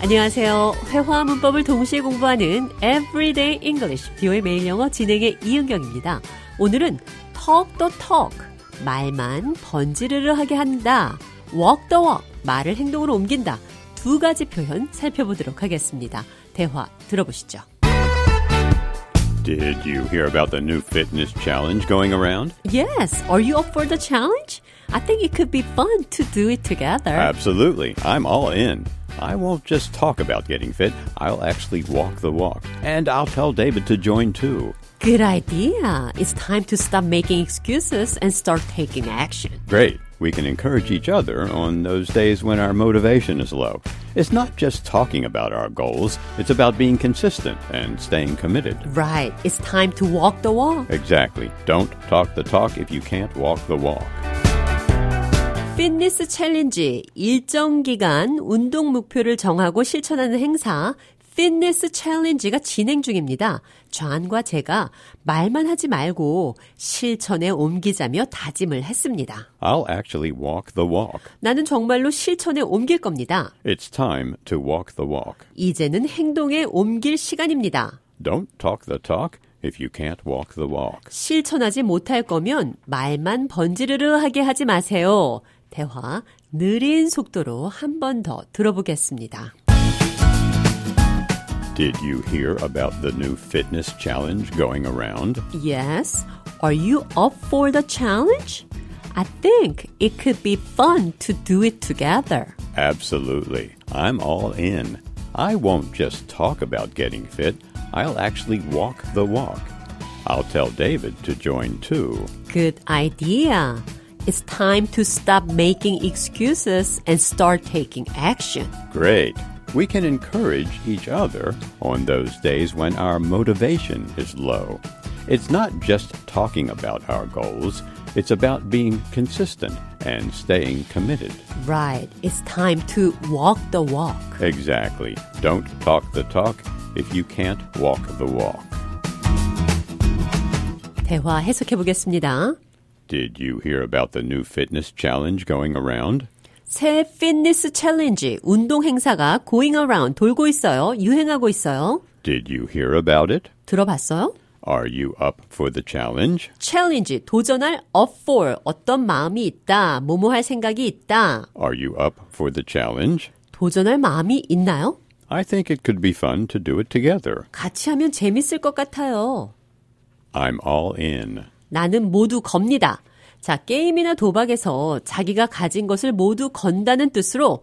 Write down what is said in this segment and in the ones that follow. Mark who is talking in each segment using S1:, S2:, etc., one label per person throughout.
S1: 안녕하세요. 회화 문법을 동시에 공부하는 Everyday English, 비오의 매일 영어 진행의 이은경입니다. 오늘은 talk the talk, 말만 번지르르 하게 한다, walk the walk, 말을 행동으로 옮긴다, 두 가지 표현 살펴보도록 하겠습니다. 대화 들어보시죠.
S2: Did you hear about the new fitness challenge going around?
S1: Yes, are you up for the challenge? I think it could be fun to do it together.
S2: Absolutely. I'm all in. I won't just talk about getting fit, I'll actually walk the walk. And I'll tell David to join too.
S1: Good idea. It's time to stop making excuses and start taking action.
S2: Great. We can encourage each other on those days when our motivation is low. It's not just talking about our goals, it's about being consistent and staying committed.
S1: Right, it's time to walk the walk.
S2: Exactly. Don't talk the talk if you can't walk the walk.
S1: 피트니스 챌린지 일정 기간 운동 목표를 정하고 실천하는 행사 피트니스 챌린지가 진행 중입니다. 좌안과 제가 말만 하지 말고 실천에 옮기자며 다짐을 했습니다.
S2: I'll actually walk the walk.
S1: 나는 정말로 실천에 옮길 겁니다.
S2: It's time to walk the walk.
S1: 이제는 행동에 옮길 시간입니다.
S2: Don't talk the talk if you can't walk the walk.
S1: 실천하지 못할 거면 말만 번지르르하게 하지 마세요. 대화 느린 속도로 한 번 더 들어보겠습니다.
S2: Did you hear about the new fitness challenge going around?
S1: Yes. Are you up for the challenge? I think it could be fun to do it together.
S2: Absolutely. I'm all in. I won't just talk about getting fit, I'll actually walk the walk. I'll tell David to join too.
S1: Good idea. It's time to stop making excuses and start taking action.
S2: Great. We can encourage each other on those days when our motivation is low. It's not just talking about our goals, it's about being consistent and staying committed.
S1: Right. It's time to walk the walk.
S2: Exactly. Don't talk the talk if you can't walk the walk.
S1: 대화 해석해 보겠습니다.
S2: Did you hear about the new fitness challenge going around?
S1: 새 피트니스 챌린지 운동 행사가 going around 돌고 있어요. 유행하고 있어요.
S2: Did you hear about it?
S1: 들어봤어요?
S2: Are you up for the challenge?
S1: 챌린지 도전할 up for 어떤 마음이 있다. 뭐뭐 할 생각이 있다.
S2: Are you up for the challenge?
S1: 도전할 마음이 있나요?
S2: I think it could be fun to do it together.
S1: 같이 하면 재밌을 것 같아요.
S2: I'm all in.
S1: 나는 모두 겁니다. 자, 게임이나 도박에서 자기가 가진 것을 모두 건다는 뜻으로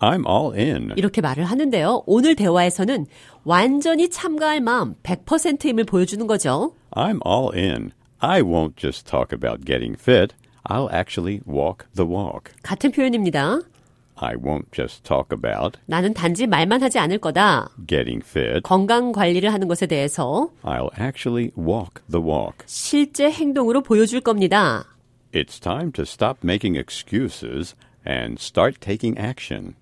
S2: I'm all in.
S1: 이렇게 말을 하는데요. 오늘 대화에서는 완전히 참가할 마음 100%임을 보여주는 거죠.
S2: I'm all in. I won't just talk about getting fit. I'll actually walk the walk.
S1: 같은 표현입니다.
S2: I won't just talk about
S1: 나는 단지 말만 하지 않을 거다.
S2: getting fit.
S1: 건강 관리를 하는 것에 대해서
S2: I'll actually walk the walk.
S1: 실제 행동으로 보여줄 겁니다.
S2: It's time to stop making excuses and start taking action.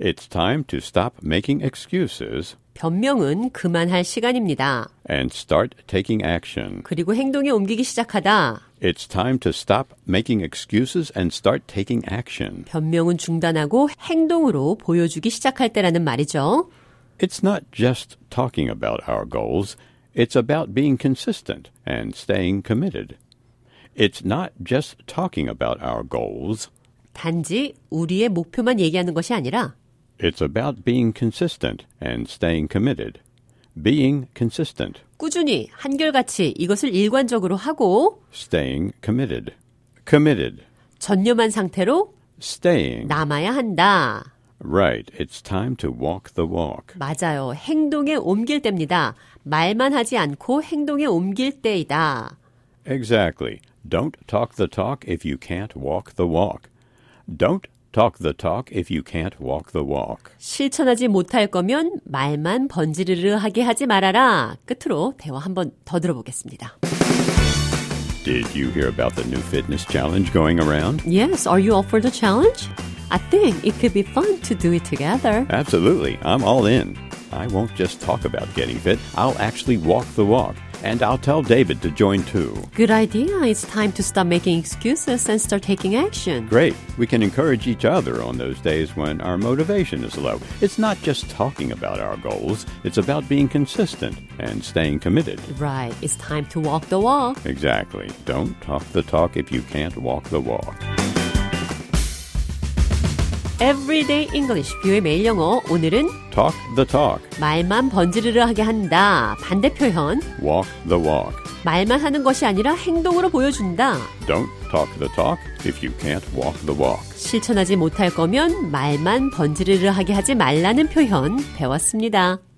S2: It's time to stop making excuses
S1: 변명은 그만할 시간입니다.
S2: and start taking action.
S1: 그리고 행동에 옮기기 시작하다.
S2: It's time to stop making excuses and start taking action.
S1: 변명은 중단하고 행동으로 보여주기 시작할 때라는 말이죠.
S2: It's not just talking about our goals, it's about being consistent and staying committed. It's not just talking about our goals,
S1: 단지 우리의 목표만 얘기하는 것이 아니라
S2: it's about being consistent and staying committed. Being consistent,
S1: 꾸준히 한결같이 이것을 일관적으로 하고
S2: staying committed. Committed,
S1: 전념한 상태로
S2: staying.
S1: 남아야 한다.
S2: Right, it's time to walk the walk.
S1: 맞아요. 행동에 옮길 때입니다. 말만 하지 않고 행동에 옮길 때이다.
S2: Exactly. Don't talk the talk if you can't walk the walk. Don't talk the talk if you can't walk the walk.
S1: 실천하지 못할 거면 말만 번지르르 하게 하지 말아라. 끝으로 대화 한번 더 들어보겠습니다.
S2: Did you hear about the new fitness challenge going around?
S1: Yes, are you up for the challenge? I think it could be fun to do it together.
S2: Absolutely. I'm all in. I won't just talk about getting fit, I'll actually walk the walk. And I'll tell David to join too.
S1: Good idea. It's time to stop making excuses and start taking action.
S2: Great. We can encourage each other on those days when our motivation is low. It's not just talking about our goals, it's about being consistent and staying committed.
S1: Right. It's time to walk the walk.
S2: Exactly. Don't talk the talk if you can't walk the walk.
S1: Everyday English. 뷰의 매일 영어. 오늘은
S2: Talk the talk,
S1: 말만 번지르르 하게 한다. 반대 표현.
S2: walk the walk.
S1: 말만 하는 것이 아니라 행동으로 보여준다.
S2: Don't talk the talk if you can't walk the walk.
S1: 실천하지 못할 거면 말만 번지르르 하게 하지 말라는 표현 배웠습니다.